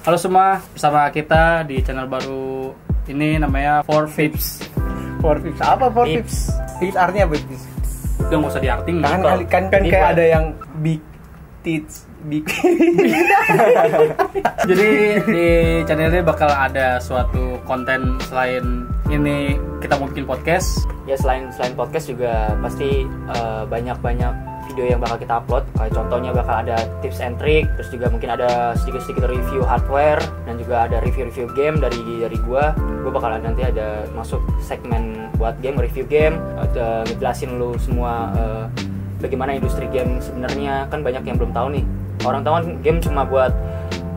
Halo semua, bersama kita di channel baru ini namanya Four Fips. Four Pips apa Four Pips? Pips artinya apa Pips? Udah nggak usah diarting Kan gitu. kan, kan, kan kayak ada yang big tits big Jadi di channel ini bakal ada suatu konten selain ini kita mau bikin podcast. ya selain selain podcast juga pasti eh, banyak-banyak video yang bakal kita upload kayak contohnya bakal ada tips and trick terus juga mungkin ada sedikit-sedikit review hardware dan juga ada review-review game dari dari gua gua bakal nanti ada masuk segmen buat game review game ada ngejelasin lu semua eh, bagaimana industri game sebenarnya kan banyak yang belum tahu nih orang tahu kan game cuma buat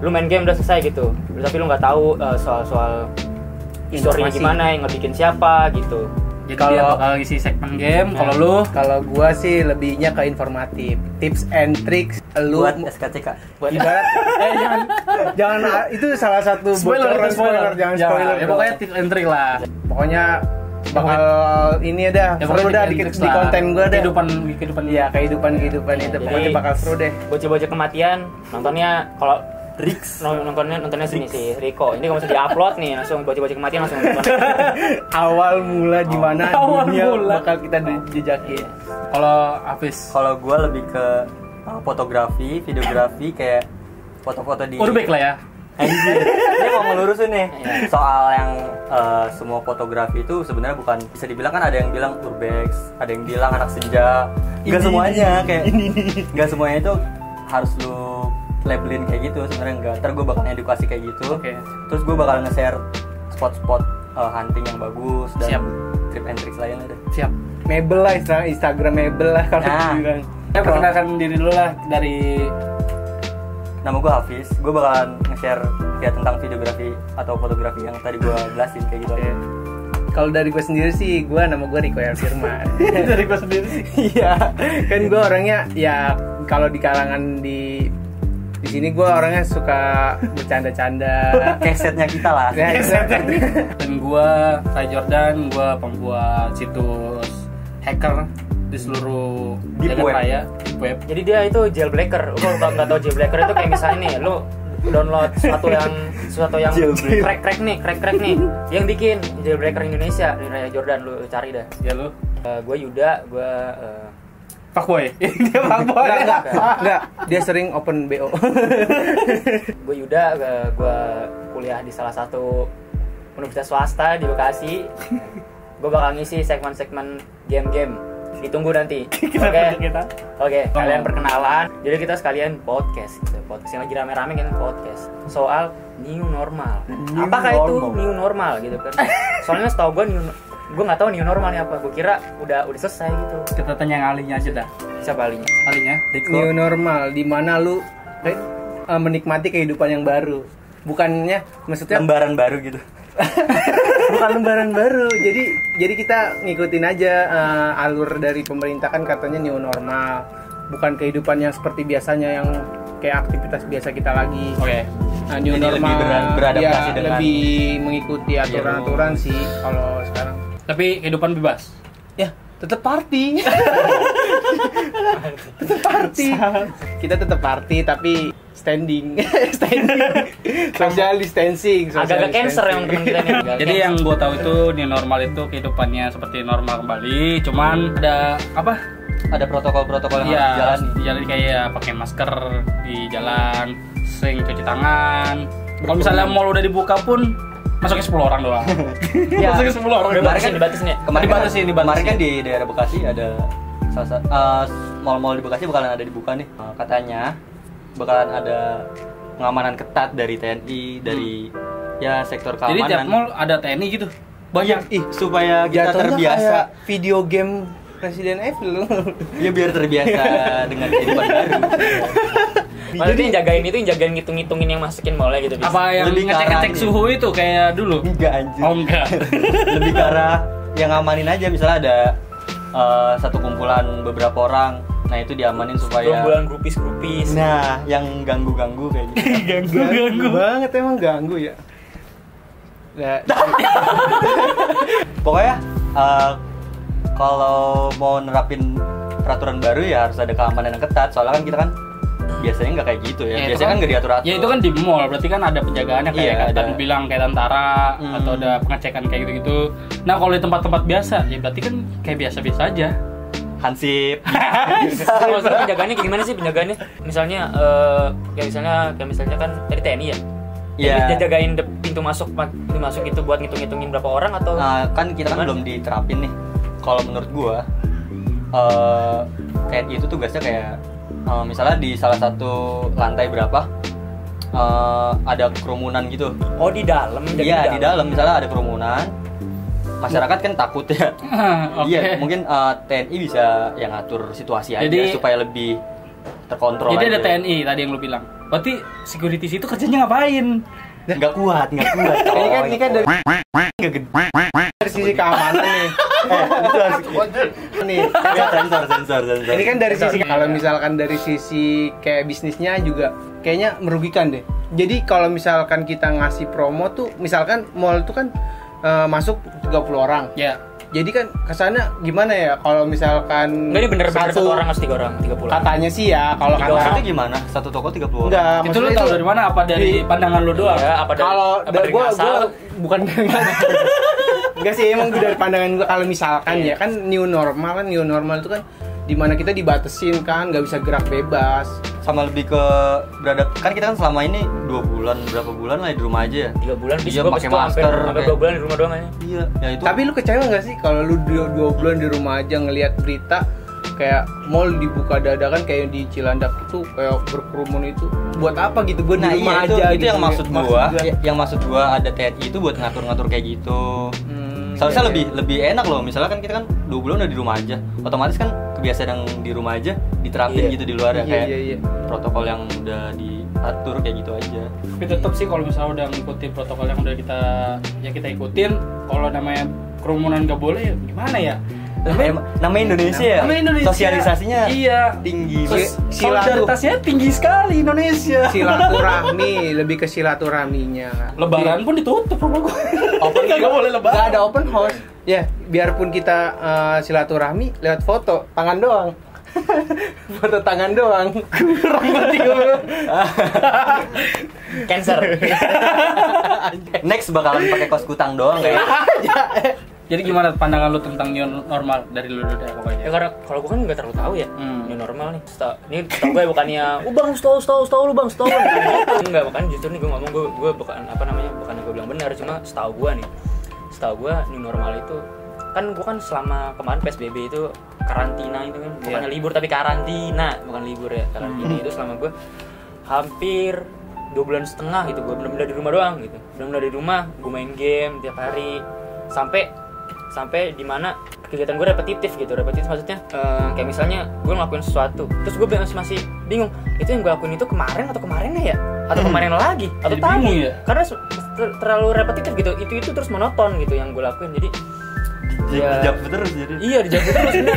lu main game udah selesai gitu tapi lu nggak tahu eh, soal-soal historinya Informasi. gimana yang ngebikin siapa gitu Jadi Kalau- dia bakal ngisi segmen game. Kalau lu Kalau gua sih lebihnya ke informatif, tips and tricks lu buat SKCK buat ibarat eh jangan jangan ah, itu salah satu bocoran, jangan spoiler. Ya, bro. pokoknya tips and trick lah. pokoknya bakal ini ada Ya, seru dah tips and di, tricks di lah. konten gua deh. Kehidupan kehidupan Iya, kehidupan-kehidupan itu Jadi- pokoknya bakal seru deh. bocil-bocil kematian nontonnya kalau Rix nontonnya nontonnya sini sih Riko ini kalau misalnya diupload nih langsung bocil-bocil kematian langsung nonton. Awal mula di mana Awal dunia mula. bakal kita di- jejaki. Kalau Hafiz kalau gue lebih ke uh, fotografi videografi kayak foto-foto di Urbek lah ya. Anjir. Ini mau ngelurusin nih Iya. soal yang uh, semua fotografi itu sebenarnya bukan bisa dibilang kan ada yang bilang urbex, ada yang bilang anak senja. Ini, Enggak semuanya kayak enggak semuanya itu harus lu labelin kayak gitu sebenarnya enggak. Ntar gue bakal edukasi kayak gitu. Oke. Terus gue bakal nge-share spot-spot uh, hunting yang bagus dan Siap. trip and tricks lainnya deh. Siap. Mebel lah Instagram, Instagram mebel lah kalau Nah. dibilang. Ya perkenalkan diri dulu lah dari Nama gue Hafiz, gue bakalan nge-share ya tentang videografi atau fotografi yang tadi gue jelasin kayak gitu aja. Kalau dari gue sendiri sih, gue nama gue Riko R. Firman. dari gua sendiri. Iya, kan gue orangnya ya kalau di kalangan di di sini gue orangnya suka bercanda-canda. Kesetnya kita lah. Ya, itu- dan gua Ray Jordan gua pembuat situs hacker di seluruh Deep jagat web. raya deep web jadi dia itu jailbreaker lo nggak nggak tahu jailbreaker itu kayak misalnya nih lo download sesuatu yang sesuatu yang Jailbreak. crack crack nih crack crack nih yang bikin jailbreaker Indonesia dari Raya Jordan lu lu cari dah ya lu gue Yuda gue eh, fuckboy dia fuckboy Enggak, enggak, enggak. Dia sering open BO. gue Yuda gue kuliah di salah satu universitas swasta di Bekasi gue bakal ngisi segmen-segmen game-game ditunggu nanti oke kita Oh. oke kalian perkenalan jadi kita sekalian podcast gitu. podcast yang lagi rame-rame kan podcast soal new normal New apakah itu normal. new normal gitu kan soalnya setahu gue new gue nggak tahu new normalnya apa gue kira udah udah selesai gitu kita tanya yang ahlinya aja dah siapa alinya ahlinya Riko, New normal, di mana lu eh, menikmati kehidupan yang baru. Bukannya maksudnya lembaran baru gitu. bukan lembaran baru jadi jadi kita ngikutin aja eh, alur dari pemerintah kan katanya new normal bukan kehidupan yang seperti biasanya yang kayak aktivitas biasa kita lagi oke Nah, new Jadi lebih normal ber- beradaptasi ya, dengan- lebih mengikuti aturan-aturan sih kalau sekarang tapi kehidupan bebas ya tetap party tetap party kita tetap party tapi standing standing social distancing social agak-agak cancer distancing. yang temen kita nih kan? Agak-agak jadi ya, cancer. yang gue tahu itu new normal itu kehidupannya seperti normal kembali cuman ada apa Ada protokol-protokol yang harus Iya, jalan. jalan kayak pakai masker di jalan, sering cuci tangan. Kalau misalnya mall udah dibuka pun masuknya 10 orang doang. Iya. masuknya 10 orang doang. Kemarin kan dibatas nih. Kemarin kan, Dibatasi, dibatasi. kemarin kan di daerah Bekasi ada salah satu eh, mall-mall di Bekasi bakalan ada dibuka nih. Eh, katanya bakalan ada pengamanan ketat dari TNI, dari ya sektor Hmm. Jadi keamanan. Iya, tiap mall ada TNI gitu. Banyak. ih supaya kita Jatuhnya terbiasa. kan kayak video game Resident Evil. Ya biar terbiasa dengan kehidupan baru. Maksudnya yang jagain itu yang jagain ngitung-ngitungin yang masukin mallnya gitu bisa. Apa yang Lebih ke ngecek-ngecek arah ini. suhu itu kayak dulu? Enggak anjir. Oh enggak. lebih ke arah yang ngamanin aja misalnya ada eh, satu kumpulan beberapa orang nah itu diamanin supaya Gerombolan grupis-grupis. nah yang ganggu-ganggu kayak gitu Ganggu ganggu. banget emang ganggu ya. Ya, pokoknya eh, kalau mau nerapin peraturan baru ya harus ada keamanan yang ketat soalnya kan kita kan biasanya nggak kayak gitu ya. Ya, itu biasanya kan kan- nggak diatur-atur. Ya itu kan di mall, berarti kan ada penjagaannya kayak Iya, kata ada. bilang kayak tentara Hmm. atau ada pengecekan kayak gitu-gitu. Nah, kalau di tempat-tempat biasa ya berarti kan kayak biasa-biasa aja. hansip. Kalau misalnya Gitu. penjagaannya kayak gimana sih penjagaannya? Misalnya eh kayak misalnya kayak misalnya kan dari TNI ya. Iya. Dia jagain de- pintu masuk pintu masuk itu buat ngitung-ngitungin berapa orang atau Nah, kan kita Gimana? kan belum diterapin nih. Kalau menurut gua eh TNI itu tugasnya kayak eh, misalnya di salah satu lantai berapa eh, ada kerumunan gitu. oh di dalam jagain Iya, di dalam misalnya ada kerumunan. Masyarakat kan takut ya. Oke. Iya, mungkin eh, TNI bisa yang ngatur situasi Jadi- aja supaya lebih terkontrol. Jadi aja. ada TNI tadi yang lu bilang. Berarti security itu kerjanya ngapain? Nggak kuat, nggak kuat. Oh, ini kan ini kan dari, nggak gede. dari sisi keamanan nih nih Nggak, sensor, sensor, sensor. ini kan dari sisi kalau misalkan dari sisi kayak bisnisnya juga kayaknya merugikan deh jadi kalau misalkan kita ngasih promo tuh misalkan mall tuh kan eh, masuk 30 orang Ya. jadi kan kesannya gimana ya kalau misalkan Enggak ini bener-bener satu- satu orang harus tiga orang, tiga Kan puluh. katanya sih ya kalau Kalau kata maksudnya gimana? Satu toko 30 orang. enggak itu lu maksudnya tahu dari mana? Apa dari di- pandangan lu doang? Iya, apa dari, kalau apa dari dari gua, ngasal? gua bukan dari ngasal. Enggak sih emang dari pandangan gua kalau misalkan Iya. ya kan new normal kan new normal itu kan dimana kita dibatesin kan nggak bisa gerak bebas sama lebih ke berada kan kita kan selama ini dua bulan berapa bulan lah di rumah aja ya tiga bulan terus Iya, gua pas pakai itu hampir- masker, hampir kayak- dua bulan di rumah doang aja iya ya itu tapi lu kecewa nggak sih kalau lu dua, dua bulan di rumah aja ngelihat berita kayak mall dibuka dadakan kayak di Cilandak itu kayak berkerumun itu buat apa gitu gue di nah rumah iya itu, aja itu gitu. yang maksud Maksud gua gua, Ya, yang maksud gua ada TNI itu buat ngatur-ngatur kayak gitu hmm, iya, iya. seharusnya lebih lebih enak loh misalnya kan kita kan dua bulan udah di rumah aja otomatis kan kebiasaan yang di rumah aja diterapin Iya. gitu di luar Iya, ya kayak iya, iya. protokol yang udah diatur kayak gitu aja tapi tetap sih kalau misalnya udah ngikutin protokol yang udah kita ya kita ikutin kalau namanya kerumunan gak boleh ya gimana ya namanya, namanya Indonesia ya Namanya Indonesia. sosialisasinya iya tinggi Sos- Sil- silatu. solidaritasnya tinggi sekali Indonesia silaturahmi lebih ke silaturahminya lebaran pun ditutup rumah gue Open gak boleh lebaran Gak ada open house. Ya, biarpun kita eh, silaturahmi lewat foto, tangan doang. foto tangan doang. Kurang berarti gue. cancer next bakalan pakai kos kutang doang kayak jadi gimana pandangan lu tentang new normal dari lu dulu deh ya pokoknya karena kalau gua kan nggak terlalu tahu ya Hmm. ini normal nih Seta- ini tau gue bukannya oh bang setahun setahun setahun lu bang setahun enggak makanya justru nih gua ngomong gua gua bukan apa namanya bukan gua bilang benar cuma setahu gua nih setahu gua new normal itu kan gua kan selama kemarin PSBB itu karantina itu kan bukannya libur tapi karantina bukan libur ya karantina Hmm. itu selama gua hampir dua bulan setengah gitu gua bener-bener di rumah doang gitu bener-bener di rumah gua main game tiap hari sampai sampai di mana kegiatan gue repetitif gitu repetitif maksudnya eh, kayak misalnya gue ngelakuin sesuatu terus gue masih masih bingung itu yang gue lakuin itu kemarin atau kemarin ya atau kemarin lagi Hmm. atau Jadi tadi bingung ya? karena se- ter- terlalu repetitif gitu itu itu terus monoton gitu yang gue lakuin jadi di- Iya. dijawab terus jadi iya dijawab terus bener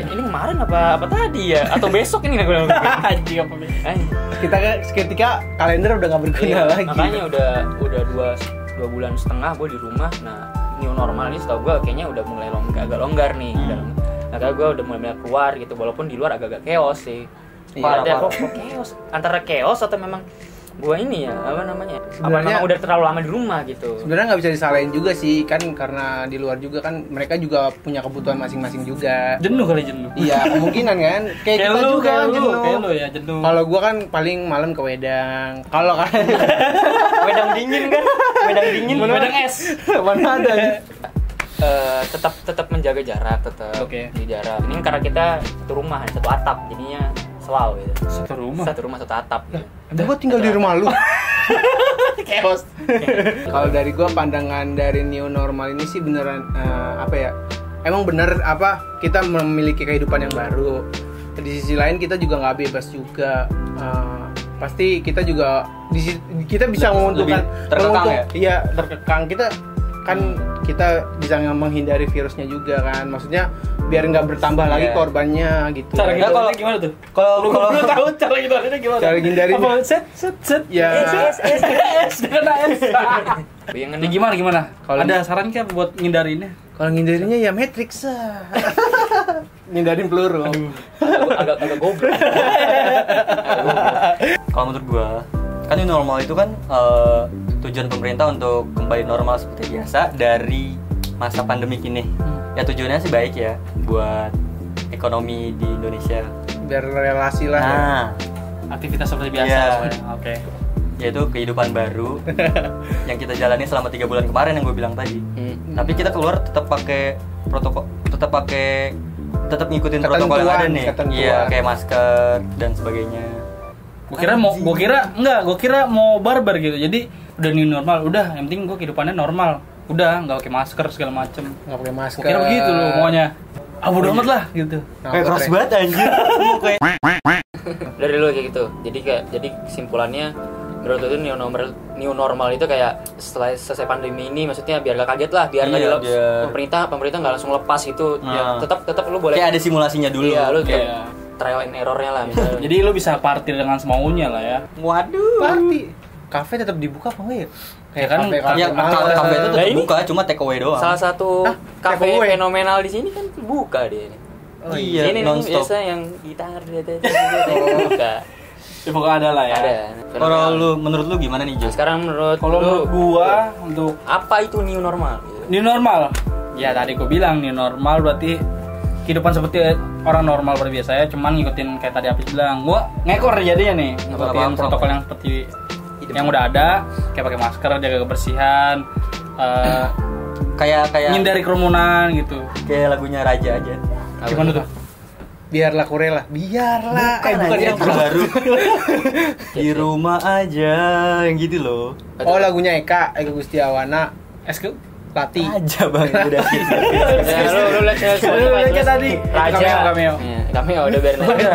Eh, ini kemarin apa apa tadi ya atau besok ini gue lakuin anjing apa nih Eh, Kita ke- seketika kalender udah gak berguna Iya, lagi. makanya udah udah dua dua bulan setengah gue di rumah nah new normal ini setahu gue kayaknya udah mulai longgar agak longgar nih Hmm. dalam agak gue udah mulai banyak keluar gitu walaupun di luar agak-agak chaos sih Iya, parah, ada parah. kok kok chaos antara chaos atau memang gue ini ya apa namanya apa Sebenarnya- memang udah terlalu lama di rumah gitu Sebenarnya nggak bisa disalahin juga sih kan karena di luar juga kan mereka juga punya kebutuhan masing-masing juga. jenuh kali jenuh Iya, kemungkinan kan. Kayak, kayak kita lu juga kayak kan lu jenuh. kayak lu ya jenuh Kalau gua kan paling malam ke Wedang. Kalau kan wedang dingin kan wedang dingin Wedang es mana ada? Eh, tetap tetap menjaga jarak tetap Oke. di jarak ini karena kita satu rumah satu atap jadinya selalu gitu satu rumah satu rumah satu atap gitu. Emang gua tinggal di rumah lu. chaos Kalau dari gua pandangan dari new normal ini sih beneran eh, apa ya? Emang bener apa kita memiliki kehidupan yang baru. Di sisi lain kita juga nggak bebas juga. Eh, pasti kita juga di si- kita bisa menguntungkan lebih terkekang ya? Iya terkekang kita kan kita bisa nge- menghindari virusnya juga kan. Maksudnya biar nggak bertambah lagi Iya. korbannya gitu. cara Enggak, kita kalau- gimana tuh kalau lu kalau lu tahu cara kita gimana Cara hindarin- apa set set set Ya. Eh, es es es dengan es yang Ya gimana gimana? Kalau- ada saran kah buat ngindarinnya? Kalau ngindarinya ya matrix. ah. ngindarin peluru. agak agak goblok Kalau menurut gua, kan new normal itu kan eh, tujuan pemerintah untuk kembali normal seperti biasa dari masa pandemik ini. Ya tujuannya sih baik ya buat ekonomi di Indonesia. Biar relasi lah. ya. Nah, Aktivitas seperti biasa. Iya. sebenarnya. Oke. yaitu kehidupan baru yang kita jalani selama tiga bulan kemarin yang gue bilang tadi. Tapi kita keluar tetap pakai protokol, tetap pakai, tetap ngikutin protokol yang ada Ketentuan, nih. ketentuan. Iya, kayak masker dan sebagainya. Gue kira mau, gue kira enggak, gue kira mau barbar gitu. Jadi udah new normal, udah. Yang penting gue kehidupannya normal. Udah, nggak pakai masker segala macem. Nggak pakai masker. Gue kira begitu loh maunya. Ah bodo amat lah gitu. Nah, kayak keras oke. banget anjir. Kayak dari lu kayak gitu jadi kayak jadi kesimpulannya menurut lu itu new normal new normal itu kayak setelah selesai pandemi ini maksudnya biar gak kaget lah biar nggak Iya, dilep- biar- pemerintah pemerintah nggak langsung lepas gitu ya Nah. tetap tetap lu boleh Kayak ada simulasinya dulu. iya lu tetap Iya. trial and errornya lah misalnya Jadi lu bisa party dengan semaunya lah ya. Waduh. Party. Kafe tetap dibuka apa enggak ya? Kayak kan, kafe-kafe Ya, malam. kafe, kafe itu Nah, tetap ini- buka, cuma take away doang. salah satu Hah? kafe Takeaway. fenomenal di sini kan buka dia ini Oh, iya, ini nih nonstop. biasa yang gitar dia dia- dia- dia- dia- buka Ya, pokoknya ada lah ya. ada Kalau fenomenal. lu, menurut lu gimana nih, Nah, Jos? sekarang menurut Kalau lu menurut gua untuk apa itu new normal gitu? new normal ya tadi gue bilang new normal berarti kehidupan seperti orang normal pada biasanya cuman ngikutin kayak tadi Apis bilang gua ngekor jadinya nih ngikutin apa-apa. protokol yang seperti yang udah ada kayak pakai masker jaga kebersihan eh, Kayak kayak menghindari kerumunan gitu kayak lagunya Raja aja. gimana tuh Biarlah kurela. Biarlah. eh, bukan yang Eko. terbaru. Di rumah aja yang gitu loh. Oh, lagunya Eka, Eka Gustiawana, Esku Lati. Ah, Aja bang udah. Ya, lu lu lihat saya Lu lihat kayak tadi. Raja Cameo, cameo. Iya, cameo udah biarin aja.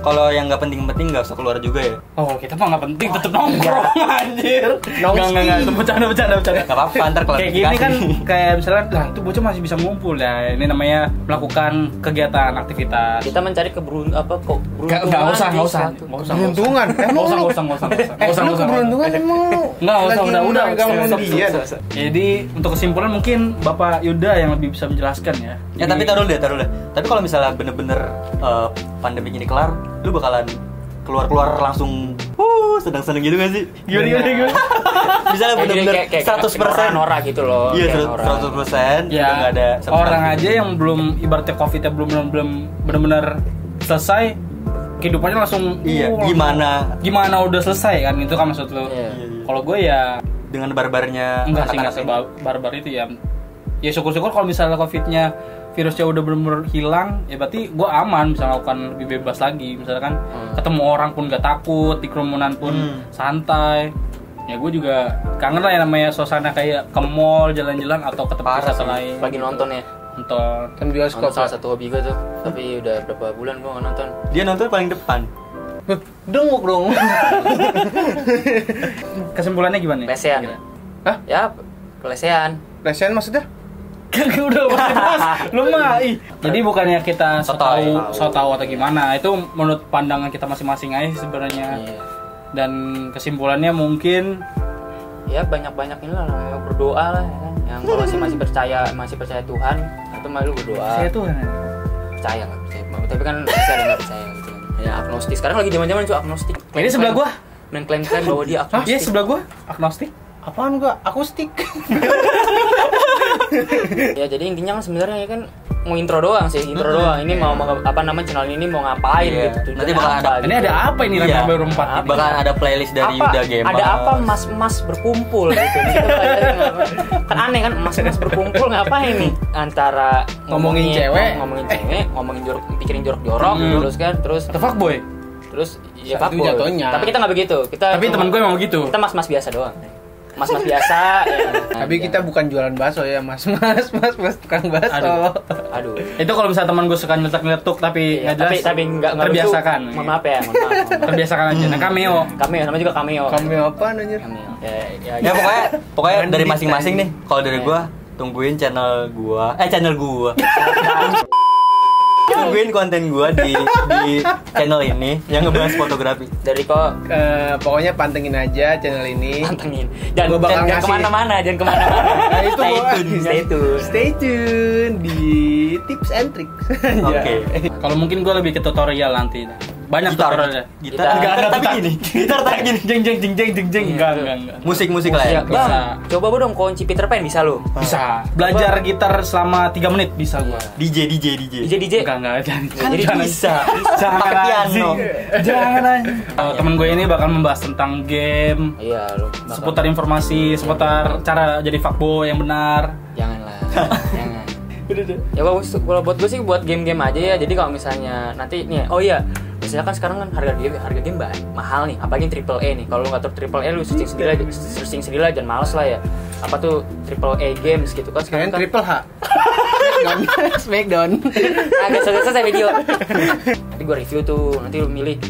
Kalau yang nggak penting-penting nggak usah keluar juga ya. Oh kita mah nggak penting tetep nongkrong anjir Nongski. Nggak nggak nggak bercanda bercanda bercanda Gak apa-apa ntar kalau kayak gini kan kayak misalnya lah itu bocah masih bisa ngumpul ya ini namanya melakukan kegiatan aktivitas Kita mencari keberun apa kok Gak, beruntungan usah, di gak usah. suatu- Gak usah. Beruntungan. Gak Emang usah, lu- gak usah, gak usah, gak usah. Gak Eh, usah, lu gak usah. keberuntungan emang lu. Nggak, nggak usah, lagi udah, udah. mengganggu Stop, stop, dia. Usah, usah. Jadi untuk kesimpulan mungkin Bapak Yuda yang lebih bisa menjelaskan ya. Ya tapi taruh deh, taruh deh. Tapi kalau misalnya bener-bener eh, pandemi ini kelar, lu bakalan keluar-keluar langsung uh seneng-seneng gitu gak sih? Gimana, gimana, gimana? misalnya Kayak gini, bener-bener kayak- kayak 100% Nora gitu loh. Iya, kayak 100%, Nora. Ya, udah nggak ada sama orang sekali. aja yang belum ibaratnya COVID-nya belum belum, belum benar-benar selesai kehidupannya langsung Iya, uh, langsung- gimana gimana udah selesai kan itu kan maksud lu. Iya. Kalau gue ya dengan barbarnya enggak sih enggak anak-anak ini? sebar barbar itu ya ya syukur-syukur kalau misalnya covidnya virusnya udah benar-benar hilang ya berarti gue aman bisa melakukan lebih bebas lagi misalkan ketemu orang pun gak takut di kerumunan pun Hmm. santai ya gue juga kangen lah yang namanya suasana kayak ke mall jalan-jalan atau ketemu Parah wisata sih. lain Lagi nonton ya. nonton Kan Nonton bioskop. salah satu hobi gue tuh. Tapi udah berapa bulan gue nggak nonton. Dia nonton paling depan. Huh, Denguk dong. kesimpulannya gimana nih? Lesehan. Kira-kira. Hah? Ya, kelesehan. Lesehan maksudnya? Kagak Kan udah bebas, lu mah ih. Jadi bukannya kita so So tau. tau, so tau atau gimana, itu menurut pandangan kita masing-masing aja sebenarnya. Iya. dan kesimpulannya mungkin Ya banyak-banyakin lah namanya berdoa lah. ya kan. Yang kalau masih masih percaya masih percaya Tuhan itu malu berdoa. saya tuh percaya nggak percaya tapi kan bisa ada nggak percaya gitu kan. ya agnostik sekarang lagi zaman zaman itu agnostik Ini sebelah gua. mengklaim klaim bahwa dia Hah? Iya agnostik sebelah gua agnostik. Apaan gua? Akustik. ya jadi intinya kan sebenarnya ya kan mau intro doang sih intro Hmm. doang ini mau, Iya. mau apa namanya channel ini mau ngapain Iya. gitu tujuannya Nanti bakal apa, gitu. ada- Ini ada apa ini Iya. iya. baru empat ini? Bakalan ada playlist dari apa, Yuda Gamer. ada apa mas mas berkumpul gitu Gitu, kan aneh kan mas mas berkumpul ngapain nih antara Ngomongin cewek. Eh. ngomongin cewek ngomongin jorok pikirin jorok jorok Hmm. terus kan terus The fuckboy. terus ya Saat itu fuckboy. jatuhnya. tapi kita nggak begitu kita Tapi cuma- teman gue emang begitu. kita mas mas biasa doang mas mas biasa ya. Tapi Aja. kita bukan jualan bakso ya, Mas. Mas, Mas, Mas tukang bakso. Aduh. aduh Itu kalau misalnya teman gue suka nyeletuk-nyeletuk tapi nggak Iya, jelas. tapi tapi nggak nggak lucu. terbiasakan. mohon maaf ya mohon maaf, mohon maaf. Terbiasakan aja. Nah, cameo. cameo namanya juga cameo Kami apaan anjir? cameo ya, ya, Ya pokoknya pokoknya Jangan dari di- masing-masing nih. Kalau dari Iya. gua tungguin channel gua. Eh channel gua. tungguin konten gua di di channel ini yang ngebahas fotografi dari kok Eh, pokoknya pantengin aja channel ini. pantengin Gua jangan, bakal jangan, jangan ngasih- kemana-mana jangan kemana-mana Nah, itu stay gua- tune stay tune Stay tune di tips and tricks. Ya. Oke. Kalau mungkin gue lebih ke tutorial nanti. Banyak Gitar. tutorialnya. Gitar. Gitar. Enggak, tapi gini. Gitar tapi gini. Jeng jeng jeng jeng jeng jeng. Iya. Enggak enggak enggak. Musik-musik lah Iya, ya. Ya, bang, Bisa. coba bu dong kunci Peter Pan bisa lu. Bisa. Belajar gitar selama 3 menit bisa gue. DJ DJ DJ. DJ DJ. Enggak enggak jangan. Kan Jadi jangan. bisa. Jangan Pakai piano. anjing. Jangan anjing. Eh, Temen gue ini bakal membahas tentang game, Iya lu. bakal- seputar informasi, seputar cara jadi fuckboy yang benar. Janganlah. jangan. Ya bang, kalau buat gue sih buat game-game aja ya. Jadi kalau misalnya nanti nih, oh iya, misalnya kan sekarang kan harga game harga game bah- mahal nih, apalagi yang triple A nih. Kalau lu nggak tahu triple A lu searching sendiri aja, searching sendiri lah, jangan males lah ya. Apa tuh triple A games gitu kan Kalian sekarang kan triple H. Smackdown. Smackdown. agak selesai selesai video. nanti gue review tuh, nanti lu milih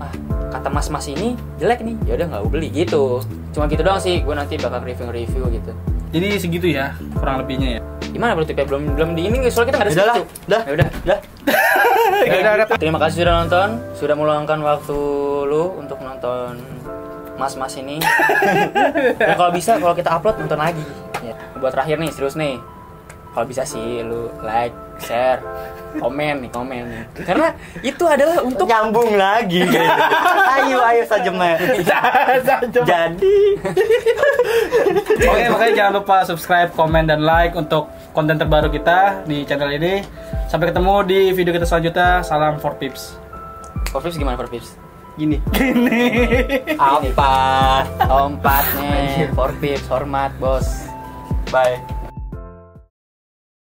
ah kata mas-mas ini jelek nih, ya udah nggak gue beli gitu. Cuma gitu doang sih, gue nanti bakal review-review gitu. Jadi segitu ya kurang lebihnya ya. Gimana berarti Pe? belum belum di ini soalnya kita nggak ada Udah lah, script tuh. udah. Ya udah. Dah. Ya udah, udah. Terima kasih sudah nonton, sudah meluangkan waktu lu untuk nonton mas-mas ini. Dan kalau bisa kalau kita upload nonton lagi. Ya. Buat terakhir nih, serius nih. Kalau bisa sih lu like, share, komen nih, komen nih. Karena itu adalah untuk Nyambung lagi. ayo ayo saja Jadi Oke, makanya jangan lupa subscribe, komen, dan like untuk konten terbaru kita di channel ini. Sampai ketemu di video kita selanjutnya. Salam for pips. Corpips gimana Corpips? Gini. Gini. Apa? Lompatnya, Corpips, hormat, bos. bye.